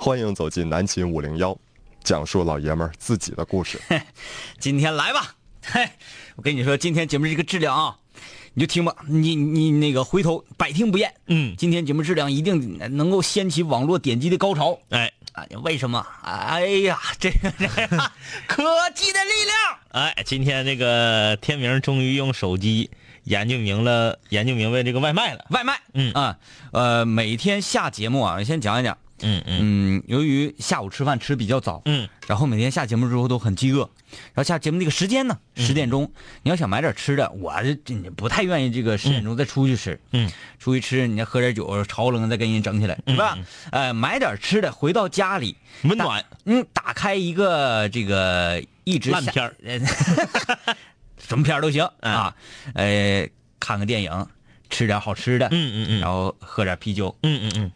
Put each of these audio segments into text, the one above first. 欢迎走进南秦五零幺，讲述老爷们儿自己的故事。今天来吧， 嘿，我跟你说，今天节目这个质量啊，你就听吧，你你那个回头百听不厌。嗯，今天节目质量一定呃能够掀起网络点击的高潮。哎啊，为什么？哎呀， 这个这个科技的力量。哎，今天这个天明终于用手机研究明了，研究明白这个外卖了。 外卖，嗯啊，呃，每天下节目啊，先讲一讲，嗯嗯嗯，由于下午吃饭吃比较早，嗯，然后每天下节目之后都很饥饿，然后下节目那个时间呢，嗯十点钟，你要想买点吃的，我这不太愿意这个十点钟再出去吃，嗯，出去吃，你再喝点酒，潮冷再跟人整起来，是吧？呃，买点吃的，回到家里，温暖打，嗯，打开一个这个一直烂下片儿，嗯什么片儿都行啊，呃，看个电影，吃点好吃的，嗯嗯嗯然后喝点啤酒，嗯嗯嗯，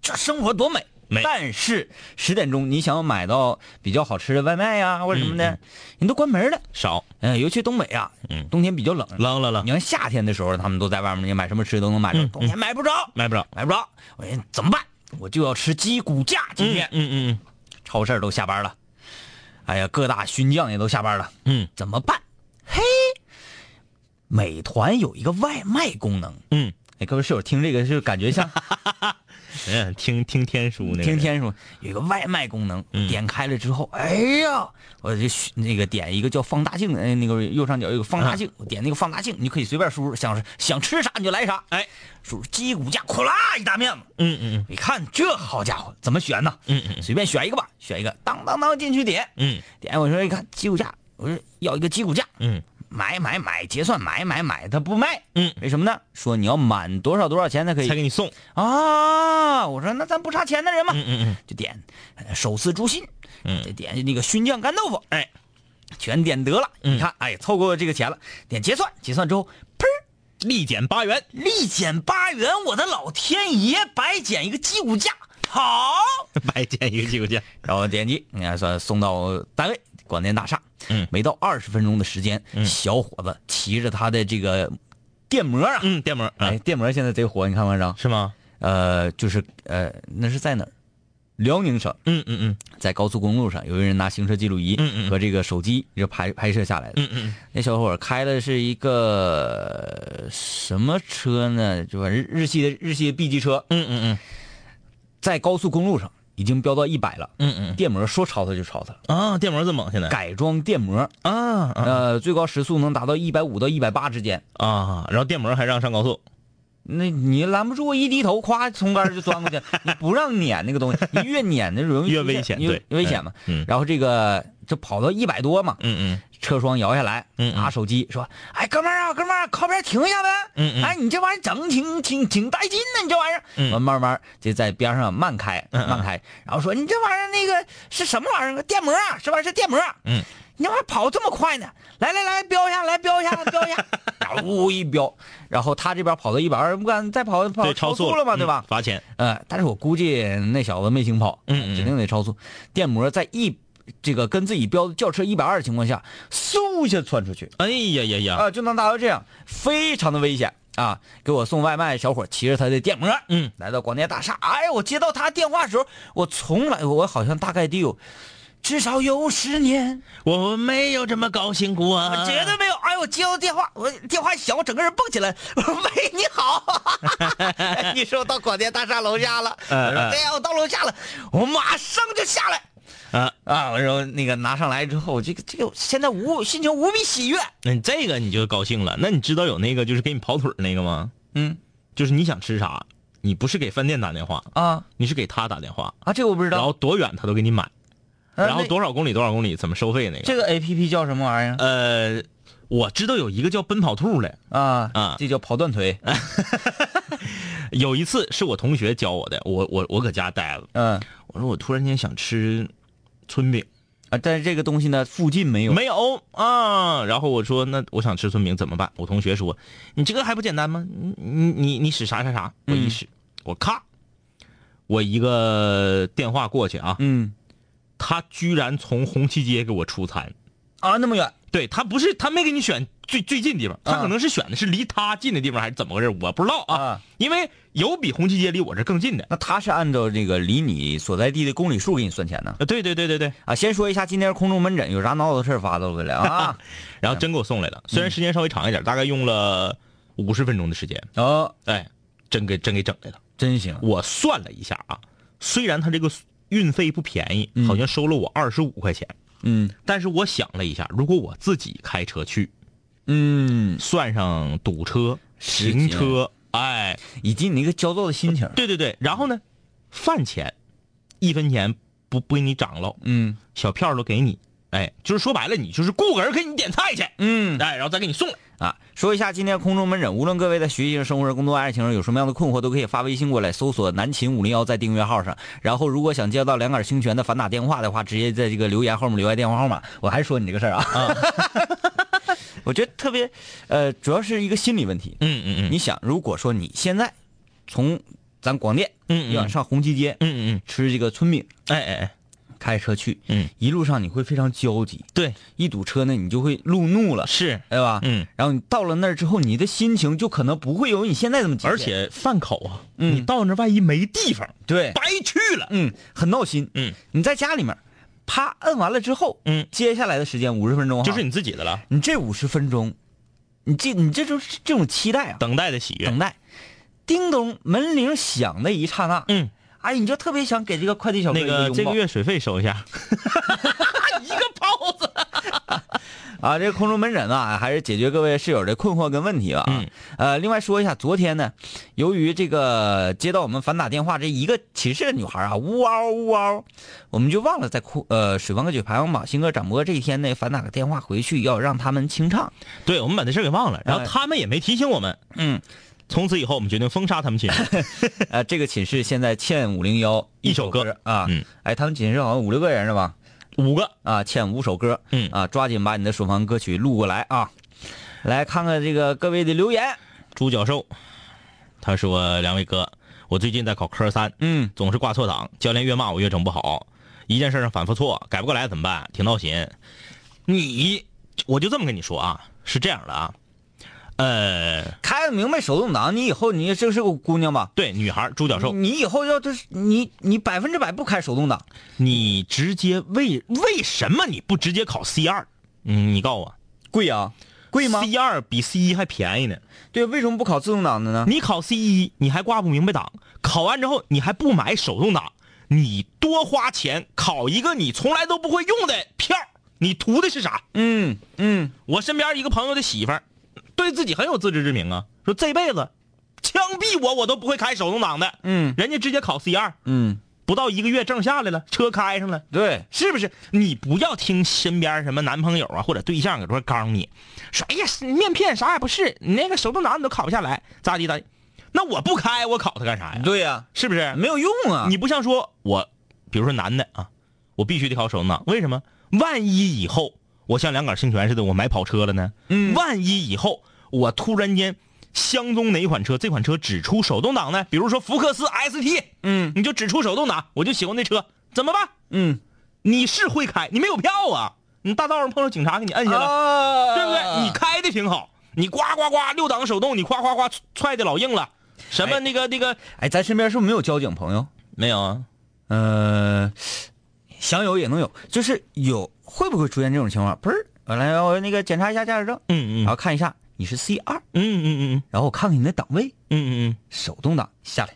这生活多美。美但是十点钟你想要买到比较好吃的外卖呀、或者什么的，人都关门了。少嗯、尤其东北啊，嗯冬天比较冷。扔了了你，看夏天的时候，他们都在外面，你买什么吃的都能嗯买着，冬天买不着，买不着。买不着。我说怎么办？我就要吃鸡骨架。今天、嗯嗯超市都下班了，哎呀，各大熏酱也都下班了，嗯怎么办？嘿，美团有一个外卖功能。嗯哎，各位室友听这个就感觉像嗯，哎听听天书那个人，听天书有一个外卖功能，嗯点开了之后，哎呀，我就选那个点一个叫放大镜，哎，那个右上角有个放大镜，啊我点那个放大镜，你就可以随便输入，想想吃啥你就来啥，哎，输入鸡骨架，咵啦一大面子，嗯嗯一看这好家伙，怎么选呢？嗯嗯随便选一个吧，选一个，当当当进去点，嗯点我说一看鸡骨架，我说要一个鸡骨架，嗯买买买，结算买买买，他不卖，嗯为什么呢？说你要满多少多少钱才可嗯，以才给你送。啊？我说那咱不差钱的人嘛，嗯嗯就点呃手撕猪心，嗯再点那个熏酱干豆腐，哎，全点得了。嗯你看，哎，凑够这个钱了，点结算，结算之后，砰，嗯，立减八元。立减八元，我的老天爷，白捡一个鸡骨架，好，嗯 白捡一个鸡骨架。然后点击，你看算送到单位广电大厦，嗯没到二十分钟的时间，嗯小伙子骑着他的这个电摩啊，嗯，电摩啊哎，，电摩现在贼火，你看没看着？是吗？呃，就是呃，那是在哪儿？辽宁省。嗯嗯嗯在高速公路上，有一个人拿行车记录仪嗯嗯和这个手机就拍拍摄下来的。嗯嗯那小伙儿开的是一个呃什么车呢？就反正日系的日系的 B 级车，嗯嗯在高速公路上已经飙到一百了，嗯嗯电摩说超它就超它了。嗯啊，电摩这么猛现在改装电摩，啊啊呃，最高时速能达到一百五到一百八之间。啊！然后电摩还让上高速。那你拦不住，我一低头，咵从杆儿就钻过去， 你不让撵那个东西，你越撵那容易越出现危险越对越危险嘛。嗯然后这个就跑到一百多嘛，嗯嗯车窗摇下来，嗯嗯拿手机说：“哎，哥们儿啊，哥们儿啊，靠边停一下呗。嗯嗯哎，你这玩意儿整挺挺挺带劲呢，你这玩意儿。嗯完慢慢就在边上慢开，嗯嗯慢开，然后说：“你这玩意儿那个是什么玩意儿？电摩啊，这玩意儿是电摩。嗯，你这玩意儿跑这么快呢？来来来，飙一下，来飙一下，来飙一 下。然后呜一飙，然后他这边跑到一百二，不敢再跑跑对，超速了嘛，对吧嗯？罚钱。呃，但是我估计那小子没行跑，嗯嗯指定得超速。电摩在一这个跟自己标轿车一百二的情况下，嗖一下窜出去哎呀呀啊、呀！就能达到这样，非常的危险啊！给我送外卖小伙骑着他的电摩，嗯，来到广电大厦。哎，我接到他电话的时候，我从来我好像大概得有。至少有十年，我没有这么高兴过我啊！绝对没有。哎，我接到电话，我电话一响，我整个人蹦起来。 我说：“喂，你 好。”你说我到广电大厦楼下了。嗯我说嗯：“对呀，我到楼下了，我马上就下来。”啊，啊，我说那个拿上来之后，这个这个现在无心情无比喜悦。那你这个你就高兴了。那你知道有那个就是给你跑腿儿那个吗？嗯就是你想吃啥，你不是给饭店打电话，啊你是给他打电话，啊，这个我不知然道。后多远他都给你买，呃然后那多少公里多少公里怎么收费那个。这个 A P P 叫什么玩意呃，我知道有一个叫奔跑兔的，儿啊？啊这叫跑断 腿。有一次是我同学教我的，我我我搁家待了，嗯我说我突然间想吃春饼，啊，但是这个东西呢，附近没有。没有啊，然后我说那我想吃春饼怎么办？我同学说你这个还不简单吗？你你你你使啥啥啥？我一使，我咔，我一个电话过去啊，嗯他居然从红旗街给我出餐，啊，那么远，对他不是他没给你选最最近地方，他可能是选的是离他近的地方还是怎么回事，我不知道啊啊。因为有比红旗街离我这更近的。那他是按照这个离你所在地的公里数给你算 钱呢？呃，对对对对对，啊，先说一下今天空中门诊有啥闹的事儿发到回来啊？然后真给我送来了，虽然时间稍微长一点，大概用了五十分钟的时间， 哦，哎，真给真给整来了。真行，我算了一下啊，虽然他这个运费不便宜，好像收了我二十五块钱，嗯但是我想了一下，如果我自己开车去，嗯，算上堵车、时停间车，哎，以及你那个焦躁的心情，对对对，然后呢，饭钱一分钱不不给你涨了，嗯小票都给你，哎，就是说白了，你就是雇个人给你点菜去，嗯。哎，然后再给你送来。啊，说一下今天空中门诊，无论各位在学习上、生活上、工作、爱情上有什么样的困惑，都可以发微信过来，搜索“南秦五零幺”在订阅号上。然后，如果想接到两杆清泉的反打电话的话，直接在这个留言后面留下电话号码。我还是说你这个事儿啊，啊 我觉得特别，呃，主要是一个心理问题。嗯嗯嗯你想，如果说你现在从咱广电，嗯嗯要上红旗街，嗯嗯吃这个春饼，嗯，哎哎哎，开车去，嗯，一路上你会非常焦急，对，一堵车呢，你就会路怒了，是，对吧？嗯，然后你到了那儿之后，你的心情就可能不会有你现在这么急切，而且饭口啊，嗯你到那万一没地方，对，白去了。嗯，很闹心。嗯，你在家里面，啪摁完了之后，嗯接下来的时间五十分钟哈，就是你自己的了，你这五十分钟，你这你这就是这种期待啊，等待的喜悦。等待，叮咚门铃响的一刹那，嗯，哎，你就特别想给这个快递小哥那一个拥这抱个月水费收一下， 一个包子。啊，这个空中门诊啊，还是解决各位室友的困惑跟问题吧啊。嗯呃，另外说一下，昨天呢，由于这个接到我们反打电话这一个寝室的女孩啊，呜嗷呜嗷，我们就忘了在哭呃水房歌曲排行榜新歌展播这一天呢，反打个电话回去要让他们清唱。对，我们把这事儿给忘了，然后他们也没提醒我们。嗯，从此以后我们决定封杀他们寝室。呃，这个寝室现在欠五零幺一首首歌啊，嗯哎，他们寝室好像五六个人是吧？五个，啊，欠五首歌，嗯啊，抓紧把你的水房歌曲录过来啊，来看看这个各位的留言，朱教授，他说：“两位哥，我最近在考科三，嗯。总是挂错档，教练越骂我越整不好，一件事上反复错，改不过来怎么办？挺闹心。你，我就这么跟你说啊，是这样的啊，呃，开明白手动挡，你以后你这是个姑娘吧？对，女孩朱教授，你以后要就是你你百分之百不开手动挡，你直接为为什么你不直接考 C 二？嗯，你告诉我，贵啊，贵吗？ ？C 二比 C 一还便宜呢。对，为什么不考自动挡的呢？你考 C 一，你还挂不明白档，考完之后你还不买手动挡，你多花钱考一个你从来都不会用的票，你图的是啥？嗯嗯，我身边一个朋友的媳妇儿，对自己很有自知之明啊，说这辈子枪毙我我都不会开手动挡的。嗯人家直接考 C 二，嗯，不到一个月证下来了，车开上了。对，是不是？你不要听身边什么男朋友啊或者对象搁这块刚你，说哎呀面片啥也不是，你那个手动挡你都考不下来，咋地咋地？那我不开我考它干啥呀？对呀、是不是？没有用啊。你不像说我，比如说男的啊，我必须得考手动挡，为什么？万一以后我像两杆清泉似的，我买跑车了呢？嗯万一以后我突然间相中哪款车，这款车只出手动挡呢？比如说福克斯 ST，嗯你就只出手动挡，我就喜欢那车，怎么办？嗯，你是会开，你没有票啊！你大道上碰上警察给你摁下了，啊对不对？你开的挺好，你呱呱呱六档手动，你夸夸夸踹的老硬了，什么哎那个、那个哎，咱身边是不是没有交警朋友？没有啊？呃，想有也能有，就是有会不会出现这种情况？不是，我来我那个检查一下驾驶证，嗯然嗯后看一下你是 C 二，嗯嗯嗯然后我看看你的档位，嗯嗯嗯，手动挡下来。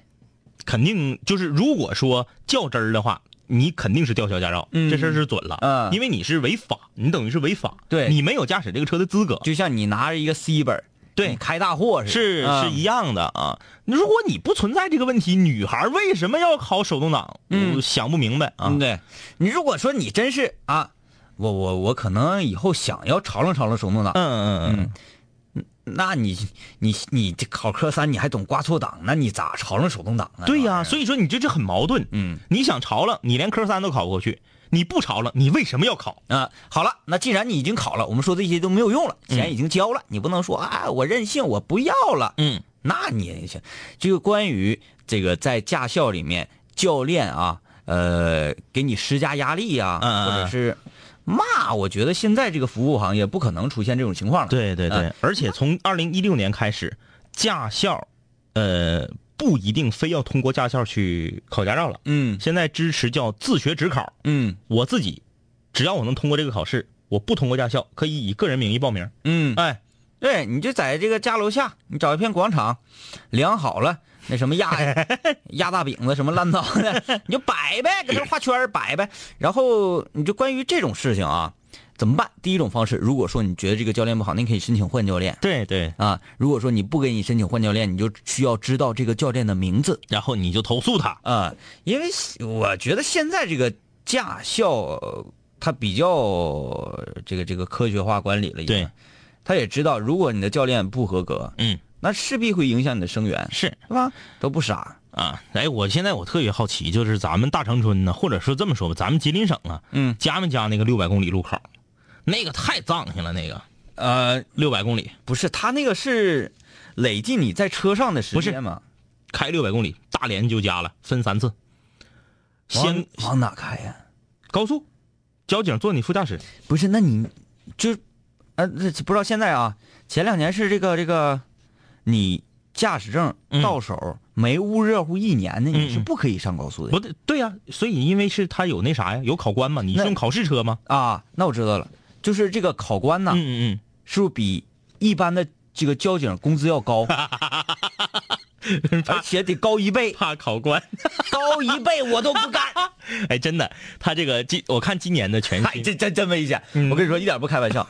肯定就是如果说较真儿的话。你肯定是吊销驾照，嗯这事儿是准了，嗯因为你是违法，你等于是违法，对你没有驾驶这个车的资格，就像你拿着一个 C 本儿，啊对你开大货似的，是啊是一样的啊。如果你不存在这个问题，女孩儿为什么要考手动挡？嗯我想不明白啊。嗯对，你如果说你真是啊，我我我可能以后想要尝尝尝尝手动挡，嗯嗯嗯，那你你你这考科三你还懂挂错档，那你咋尝尝手动挡啊？对哎呀、所以说你这这很矛盾。嗯，你想潮了，你连科三都考不过去；你不潮了，你为什么要考？啊，好了，那既然你已经考了，我们说这些都没有用了，钱已经交了，你不能说啊，我任性，我不要了。嗯，那你也行。这个关于这个在驾校里面教练啊，呃，给你施加压力呀、嗯嗯嗯或者是骂，我觉得现在这个服务行业不可能出现这种情况了。对对对，而且从二零一六年开始，驾校，呃，不一定非要通过驾校去考驾照了。嗯现在支持叫自学只考，嗯我自己只要我能通过这个考试，我不通过驾校，可以以个人名义报名。嗯，哎，对，你就在这个家楼下，你找一片广场，量好了那什么 压压大饼子什么烂糟的，你就摆呗，搁这画圈儿摆呗。然后你就关于这种事情啊，怎么办？第一种方式，如果说你觉得这个教练不好，你可以申请换教练。对对，啊，如果说你不给你申请换教练，你就需要知道这个教练的名字然后你就投诉他。啊，因为我觉得现在这个驾校呃它比较呃这个这个科学化管理了已经，对，他也知道如果你的教练不合格，嗯，那势必会影响你的生源，是是吧？都不傻，啊，哎，我现在我特别好奇，就是咱们大长春呢，或者说这么说吧，咱们吉林省啊，嗯，加没加那个六百公里路考？那个太脏性了，那个呃，六百公里不是，他那个是累计你在车上的时不是间嘛？开六百公里，大连就加了，分三次，往先往哪开呀、高速，交警坐你副驾驶，不是，那你就，呃，这不知道现在啊，前两年是这个这个，你驾驶证嗯到手、没捂热乎一年呢，嗯你嗯是不可以上高速的、不对，对呀、所以因为是他有那啥呀，有考官嘛，你是那用考试车吗？啊。那我知道了，就是这个考官呐，嗯嗯是不是比一般的这个交警工资要 高？而且得高一倍 嗯，，怕考官，高一倍我都不干。哎，真的，他这个今我看今年的全嗨，新，这真真危险！嗯我跟你说，一点不开玩 笑。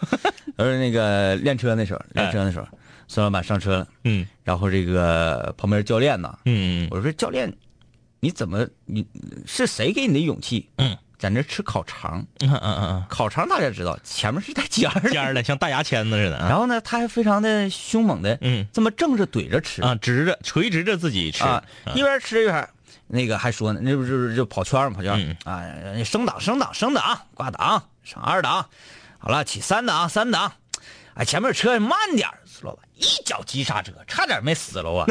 而那个练车那时候，练车那时候，孙老板上车了，嗯然后这个旁边教练呐，嗯嗯我说教练，你怎么你是谁给你的勇气？嗯，在那吃烤肠，嗯嗯嗯烤肠大家知道前面是带尖儿 嗯，的，尖儿的像大牙签子似的啊，然后呢他还非常的凶猛的，嗯这么正着怼着吃啊，直着垂直着自己吃，啊一边吃一边那个还说呢，那不就是就跑圈儿嘛跑圈嗯儿啊，升档升档升档，挂档上二档，好了起三档三档，哎前面车慢点儿，老板一脚急刹车，差点没死了 我，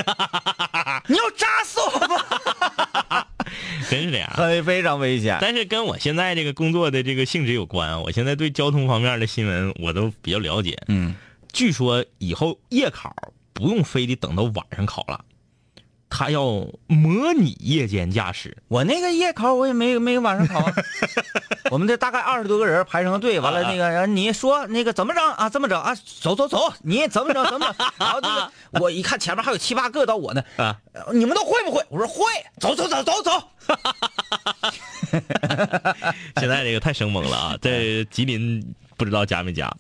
你要扎死我 吧，真是这样。啊很哎非常危险。但是跟我现在这个工作的这个性质有关啊，我现在对交通方面的新闻我都比较了解。嗯，据说以后夜考不用非得等到晚上考了，他要模拟夜间驾驶。我那个夜考我也没没晚上考啊，我们这大概二十多个人排成队，完了那个然后你说那个怎么整啊？这么整啊？走走走，你怎么整怎么整？然后这个我一看前面还有七八个到我呢，啊呃你们都会不会？我说会，走走走走走。现在这个太生猛了啊，在吉林不知道加没加？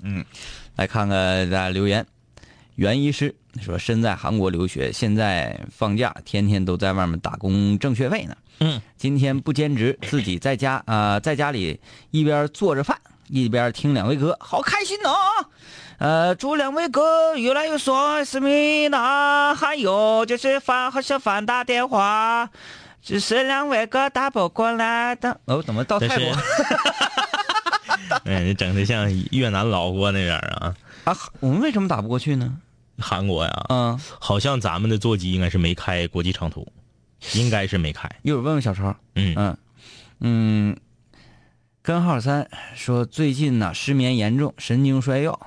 来看看大家留言，袁医师说身在韩国留学，现在放假，天天都在外面打工挣学费呢。嗯，今天不兼职，自己在家啊、呃在家里一边做着饭，一边听两位哥，好开心哦！呃，祝两位哥越来越爽，思密达，还有就是反好像反打电话，只是两位哥打不过来的。哦，怎么到但泰国是， 哎，整的像越南、老挝那边啊，啊？我们为什么打不过去呢？韩国呀，嗯，好像咱们的座机应该是没开国际长途，应该是没开。一会儿问问小超。嗯嗯嗯，根号三说最近呢失眠严重，神经衰弱，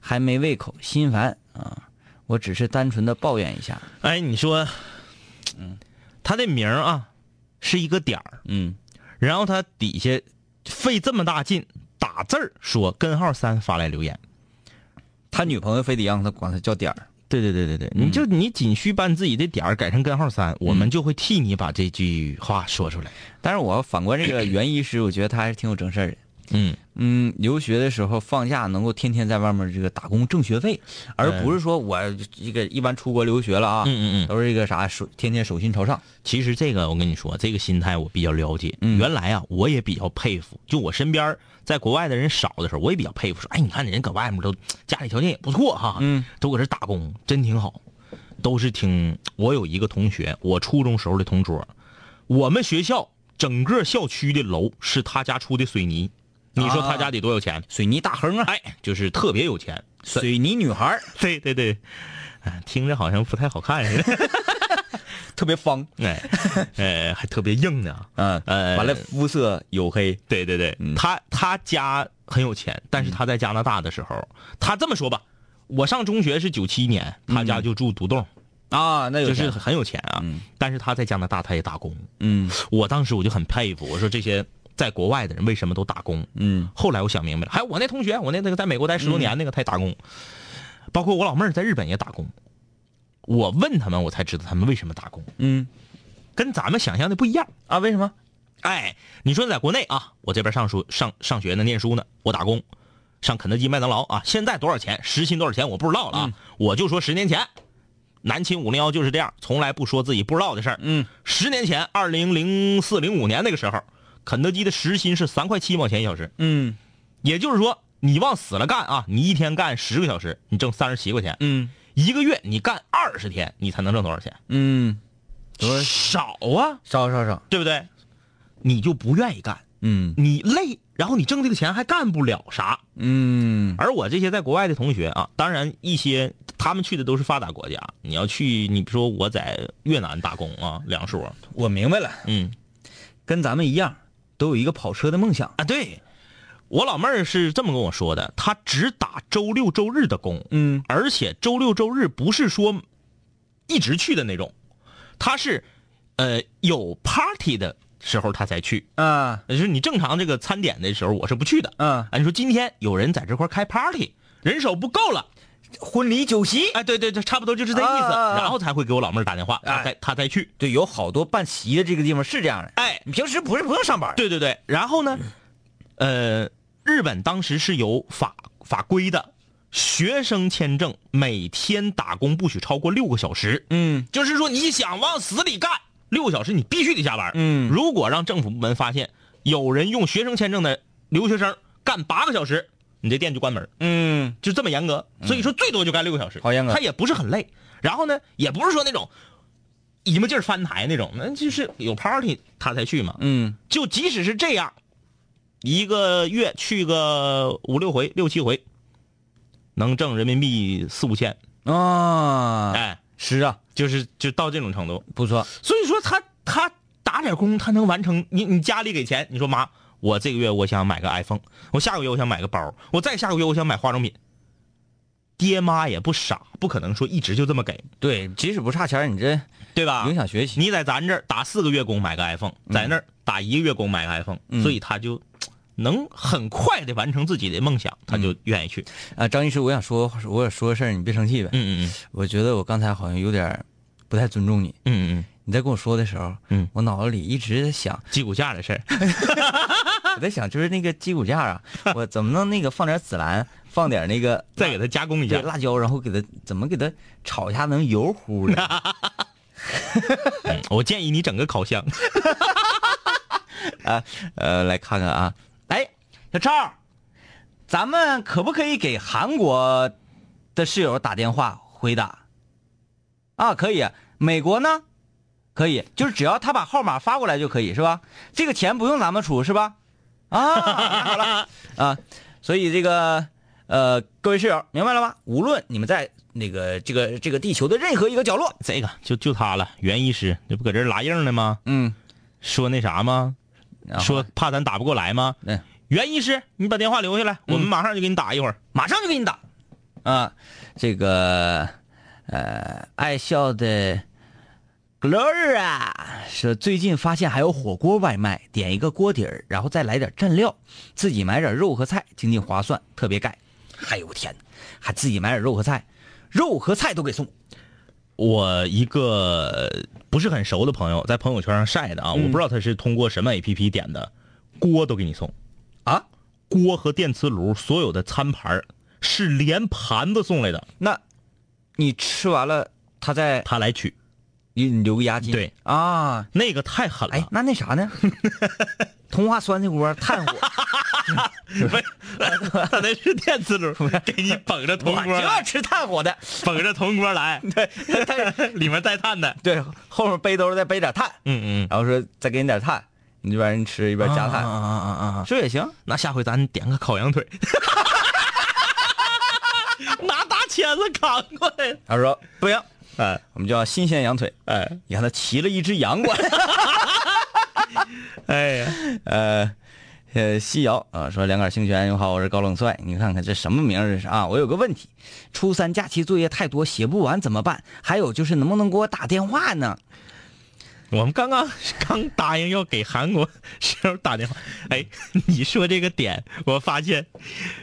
还没胃口，心烦啊。我只是单纯的抱怨一下。哎，你说，嗯他的名儿啊是一个点儿，嗯然后他底下费这么大劲打字儿说根号三发来留言。，他女朋友非得让他管他叫点儿。对对对对对，嗯你就你仅需把你自己的点儿改成根号三，我们就会替你把这句话说出来。但是我要反观这个袁医师，我觉得他还是挺有正事儿的。嗯，嗯，留学的时候放假能够天天在外面这个打工挣学费，而不是说我这个一般出国留学了啊，嗯嗯嗯都是一个啥手天天手心朝上。其实这个我跟你说，这个心态我比较了解。嗯原来啊，我也比较佩服，就我身边儿在国外的人少的时候，我也比较佩服，说，哎，你看人搁外面都家里条件也不错哈，嗯，都搁这打工，真挺好，都是挺。我有一个同学，我初中时候的同桌，我们学校整个校区的楼是他家出的水泥，你说他家得多有钱？水泥大亨啊，哎，就是特别有钱。水泥女孩儿 对对对，哎，听着好像不太好看似 的，特别方，哎，哎，还特别硬呢。嗯，呃完了肤色黝黑，对对对，他他家很有钱，但是他在加拿大的时候，嗯他这么说吧，我上中学是九七年，他家就住独栋，啊，那有就是钱很有钱啊。嗯但是他在加拿大他也打工，嗯我当时我就很佩服，我说这些在国外的人为什么都打工？嗯后来我想明白了，还有我那同学，我那那个在美国待十多年那个，他也打工，包括我老妹儿在日本也打工。我问他们，我才知道他们为什么打工，嗯跟咱们想象的不一样。啊，为什么？哎，你说在国内啊，我这边上书上上学呢，念书呢，我打工，上肯德基、麦当劳啊，现在多少钱？时薪多少钱？我不知道了啊，我就说十年前，南秦五零幺就是这样，从来不说自己不知道的事儿。嗯，十年前，二零零四零五年那个时候，肯德基的时薪是三块七毛钱一小时，嗯也就是说，你往死了干啊，你一天干十个小时，你挣三十七块钱，嗯一个月你干二十天，你才能挣多少钱？嗯，少啊，少少少，对不对？你就不愿意干。嗯你累，然后你挣这个钱还干不了啥。嗯而我这些在国外的同学啊，当然一些他们去的都是发达国家。你要去，你比如说我在越南打工啊，梁叔，我明白了，嗯跟咱们一样，都有一个跑车的梦想。啊，对我老妹儿是这么跟我说的，她只打周六周日的工，嗯而且周六周日不是说一直去的那种，她是呃有 party 的时候她才去，啊就是你正常这个餐点的时候我是不去的。啊，啊，你说今天有人在这块儿开 party，人手不够了，婚礼酒席，哎，对对对，差不多就是这意思，啊啊啊然后才会给我老妹儿打电话，她哎才她才去，对，有好多办席的这个地方是这样的。哎，你平时不是不用上班？对对对，然后呢，呃，日本当时是有法法规的，学生签证每天打工不许超过六个小时，嗯就是说你想往死里干，六个小时你必须得下班，嗯如果让政府部门发现有人用学生签证的留学生干八个小时，你这店就关门。嗯就这么严格，所以说最多就干六个小时，好严格他也不是很累，然后呢，也不是说那种一么劲儿翻台那种，那就是有 party 他才去嘛。嗯就即使是这样，一个月去个五六回、六七回，能挣人民币四五千，啊，哎，是啊，就是就到这种程度。不错。所以说他他打点工，他能完成。你你家里给钱，你说妈，我这个月我想买个 iPhone，我下个月我想买个包，我再下个月我想买化妆品。爹妈也不傻，不可能说一直就这么给，对，即使不差钱，你这对吧？影响嗯学习。你在咱这儿打四个月工买个 iPhone，在那儿打一个月工买个 iPhone，、所以嗯他就嗯能很快的完成自己的梦嗯想，他就愿意去。啊，张医师，我想说，我想说个事儿，你别生气呗。嗯嗯我觉得我刚才好像有点儿不太尊重你。嗯嗯嗯，你在跟我说的时候，嗯我脑子里一直在想，鸡骨架的事儿，嗯我在想就是那个鸡骨架啊，我怎么能那个放点紫兰，放点那个 再给他加工一下对。辣椒，然后给它怎么给它炒一下能油乎的？嗯我建议你整个烤箱。呃，来看看啊，哎，小超，咱们可不可以给韩国的室友打电话回答？啊，可以。美国呢？可以，就是只要他把号码发过来就可以，是吧？这个钱不用咱们出，是吧？啊，太好了啊！所以这个呃，各位室友明白了吧？无论你们在那个这个这个地球的任何一个角落，这个就就他了，袁医师，这不搁这儿拉硬呢吗？嗯，说那啥吗？然后说怕咱打不过来吗？啊嗯袁医师，你把电话留下来，我们马上就给你打一会儿。马上就给你打。啊，这个呃，爱笑的 Gloria 啊说，最近发现还有火锅外卖，点一个锅底儿，然后再来点蘸料，自己买点肉和菜，经济划算，特别盖。哎呦我天，还自己买点肉和菜，肉和菜都给送。我一个不是很熟的朋友在朋友圈上晒的啊，嗯我不知道他是通过什么 A P P 点的，锅都给你送啊，锅和电磁炉所有的餐盘儿是连盘子送来的，那你吃完了，他再他来取，你你留个押金。对啊，那个太狠了。哎，那那啥呢？ 通化酸菜锅、炭火， 他那是电 磁炉，给你捧着 铜我就锅要 来，吃炭火的。捧着铜 锅来， 里面带炭的。对，后面背兜再背点炭，嗯嗯，然后说再给你点炭，你这边人吃一边加啊炭，啊啊啊啊！这也行。那下回咱点个烤羊腿， 拿大钎子扛过来。他说不行，哎我们叫新鲜羊腿。哎你看他骑了一只羊过来。哎呀，呃，呃，西瑶啊，说两杆儿清泉，你好，我是高冷帅。你看看这什么名儿这是啊？我有个问题，初三假期作业太多，写不完怎么办？还有就是能不能给我打电话呢？我们刚刚刚答应要给韩国时候打电话，哎，你说这个点，我发现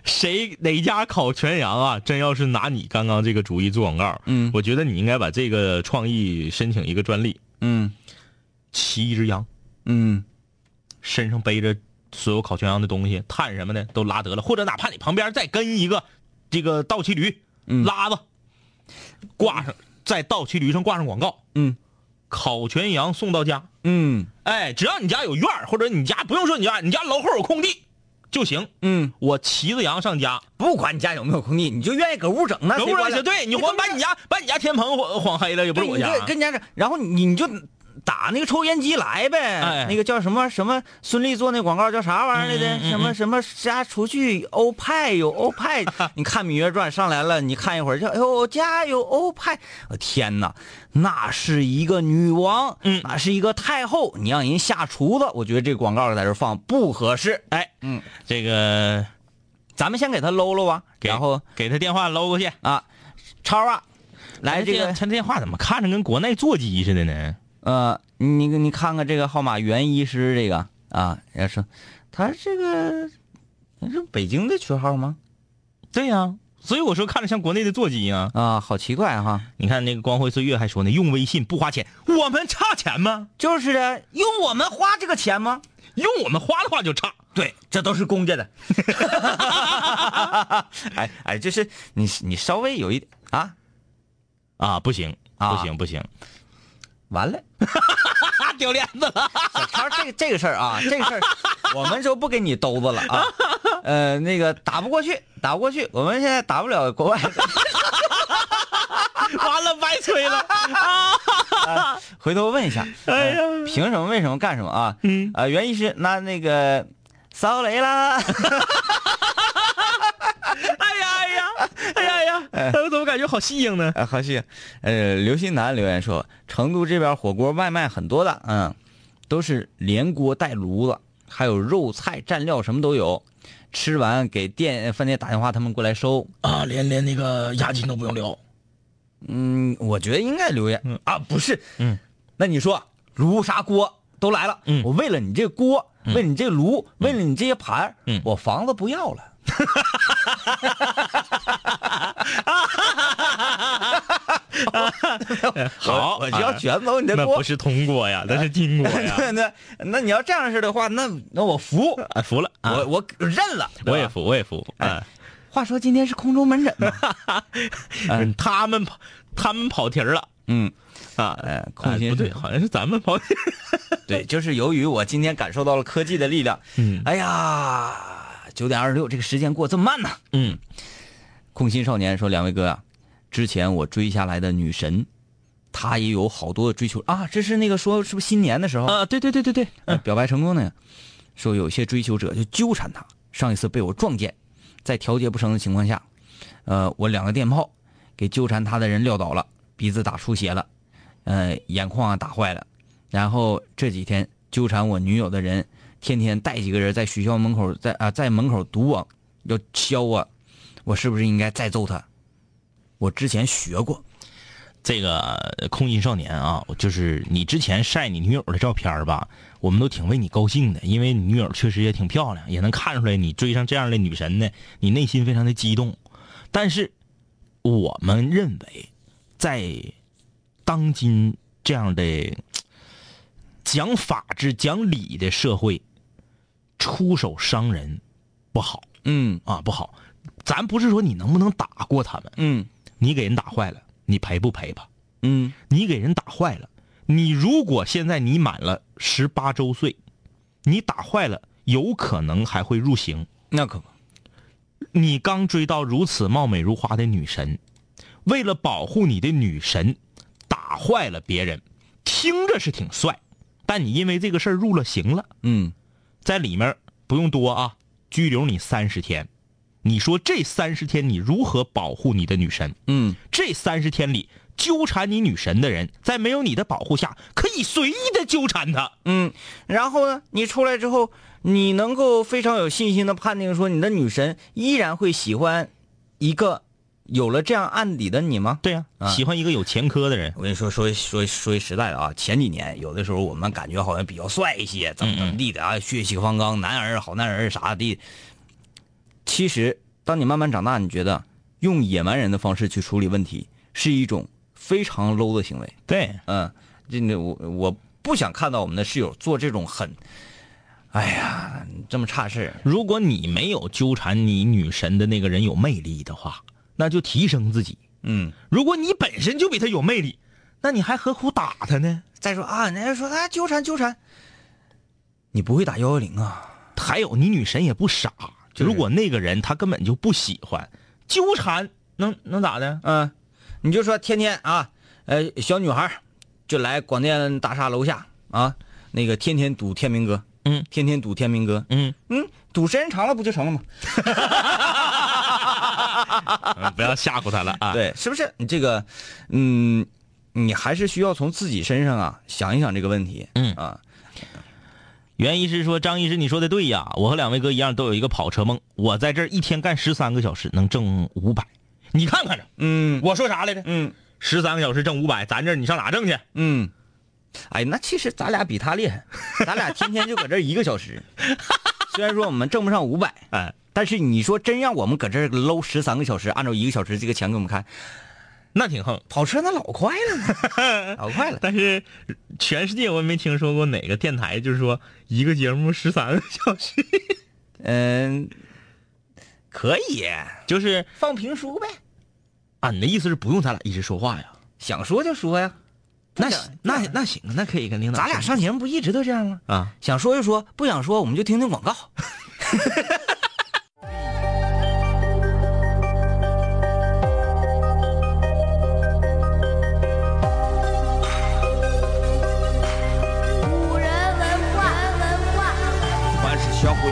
谁哪家烤全羊啊，真要是拿你刚刚这个主意做广告，嗯我觉得你应该把这个创意申请一个专利，嗯骑一只羊，嗯身上背着所有烤全羊的东西，碳什么的都拉得了，或者哪怕你旁边再跟一个这个倒骑驴，嗯拉子挂上，在倒骑驴上挂上广告，嗯烤全羊送到家，嗯哎，只要你家有院儿或者你家不用说你家，你家楼后有空地就行。嗯，我骑着羊上家，不管你家有没有空地，你就愿意搁屋整那能谁不管能？了对你光还把你家把你家天棚晃晃黑了，也不对是我你家跟。跟家整，啊然后你你就打那个抽烟机来呗，哎那个叫什么什么孙俪做那广告叫啥玩意儿来着？什么什么家除去欧派有欧派， 你看《芈月传》上来了，你看一会儿叫哎呦我家有欧派，我天哪，那是一个女王，嗯那是一个太后，你让人下厨子，我觉得这广告在这放不合适，哎，嗯，这个咱们先给他搂搂啊，给然后给他电话搂过去。哎啊，超啊，来这个他电话怎么看着跟国内座机似的呢？呃，你你看看这个号码，袁医师这个啊，人家说他这个这是北京的区号吗？对呀、所以我说看着像国内的座机啊。啊，好奇怪哈！你看那个光辉岁月还说呢，用微信不花钱，我们差钱吗？就是的，用我们花这个钱吗？用我们花的话就差。对，这都是公家的。 哎哎，就是你你稍微有一点啊，啊，不行，啊不行，不行，完 了，啊，丢脸子了。小超这个这个事儿啊，这个 事儿我们就不给你兜子了啊。呃，那个打不过去，打不过去，我们现在打不了国外的。 完了，白吹了。回头问一下， 哎呀呃凭什么？为什么？干什么啊？嗯啊、袁医师，那那个骚雷 啦，哎呀哎呀哎呀哎呀！哎，我怎么感觉好戏硬呢？啊，好戏，呃，刘新南留言说，成都这边火锅外卖很多的，嗯，都是连锅带炉子，还有肉菜蘸料什么都有，吃完给店呃饭店打电话，他们过来收。啊，连连那个押金都不用留。嗯，我觉得应该留言、啊，不是，嗯，那你说炉啥锅都来了，嗯我为了你这锅，为了你这炉，为了你这些盘儿，嗯我房子不要了。哎好，我就要啊卷走你的那锅不。是通过呀，那是金过 呀。对对， 那你要这样式的话，那那我服，啊，服了，啊我我认了。我对也吧服，我也服。哎，话说今天是空中门诊 吗？嗯他们跑，他们跑题儿了嗯，啊。哎，哎空心不对，好像是咱们跑题儿。对，就是由于我今天感受到了科技的力量。嗯哎呀，九点二十六，这个时间过这么慢呢。嗯，空心少年说：“两位哥啊，之前我追下来的女神，她也有好多追求啊。这是那个说是不是新年的时候啊，对对对对嗯对，呃表白成功呢，说有些追求者就纠缠他。上一次被我撞见，在调节不成的情况下，呃，我两个电炮给纠缠他的人撂倒了，鼻子打出血了，呃，眼眶啊打坏了。然后这几天纠缠我女友的人，天天带几个人在学校门口，在啊、在门口堵我，要敲我，我是不是应该再揍他？我之前学过，这个呃空心少年啊，就是你之前晒你女友的照片儿吧，我们都挺为你高兴的，因为你女友确实也挺漂亮，也能看出来你追上这样的女神呢，你内心非常的激动。但是我们认为，在当今这样的讲法治、讲理的社会，出手伤人不好嗯啊，不好。咱不是说你能不能打过他们，嗯你给人打坏了，你赔不赔吧？嗯你给人打坏了。你如果现在你满了十八周岁，你打坏了，有可能还会入刑。那可不，你刚追到如此貌美如花的女神，为了保护你的女神，打坏了别人，听着是挺帅，但你因为这个事儿入了刑了，嗯在里面不用多啊，拘留你三十天。你说这三十天你如何保护你的女神？嗯这三十天里，纠缠你女神的人，在没有你的保护下，可以随意的纠缠她。嗯，然后呢，你出来之后，你能够非常有信心的判定说，你的女神依然会喜欢一个有了这样案底的你吗？对呀、啊喜欢一个有前科的人，我跟你说，说说说一实在的啊，前几年有的时候我们感觉好像比较帅一些，怎么怎么地的啊，血气方刚，男儿好男儿啥的。其实，当你慢慢长大，你觉得用野蛮人的方式去处理问题是一种非常 low 的行为。对，嗯，这那我我不想看到我们的室友做这种很，哎呀，这么差事儿。如果你没有纠缠你女神的那个人有魅力的话，那就提升自己。嗯，如果你本身就比他有魅力，那你还何苦打他呢？再说啊，人家说啊纠缠纠缠，你不会打幺幺零啊？还有，你女神也不傻，是如果那个人他根本就不喜欢，纠缠能能咋的？嗯，你就说天天啊，呃，小女孩儿就来广电大厦楼下啊，那个天天堵天明哥，嗯，天天堵天明哥，嗯，嗯，堵时间长了不就成了吗？不要吓唬他了啊！对，是不是？你这个，嗯，你还是需要从自己身上啊想一想这个问题，嗯啊，袁医师说：“张医师，你说的对呀，我和两位哥一样都有一个跑车梦。我在这儿一天干十三个小时，能挣五百。你看看着，嗯我说啥来着？嗯十三个小时挣五百，咱这儿你上哪挣去？嗯，哎，那其实咱俩比他 厉害，咱俩天天就搁这儿一个小时，虽然说我们挣不上五百， 哎，但是你说真让我们搁这儿搂十三个小时，按照一个小时这个钱给我们开，那挺横。跑车那老快了， 老快了。但是全世界我也没听说过哪个电台就是说一个节目十三个小时，嗯，可以就是放评书呗，啊，你的意思是不用咱俩一直说话呀？想说就说呀。那不行想那那行，那可以跟领导说。咱俩上节目不一直都这样吗？啊，想说就说，不想说我们就听听广告。古人文化，文化。凡是想毁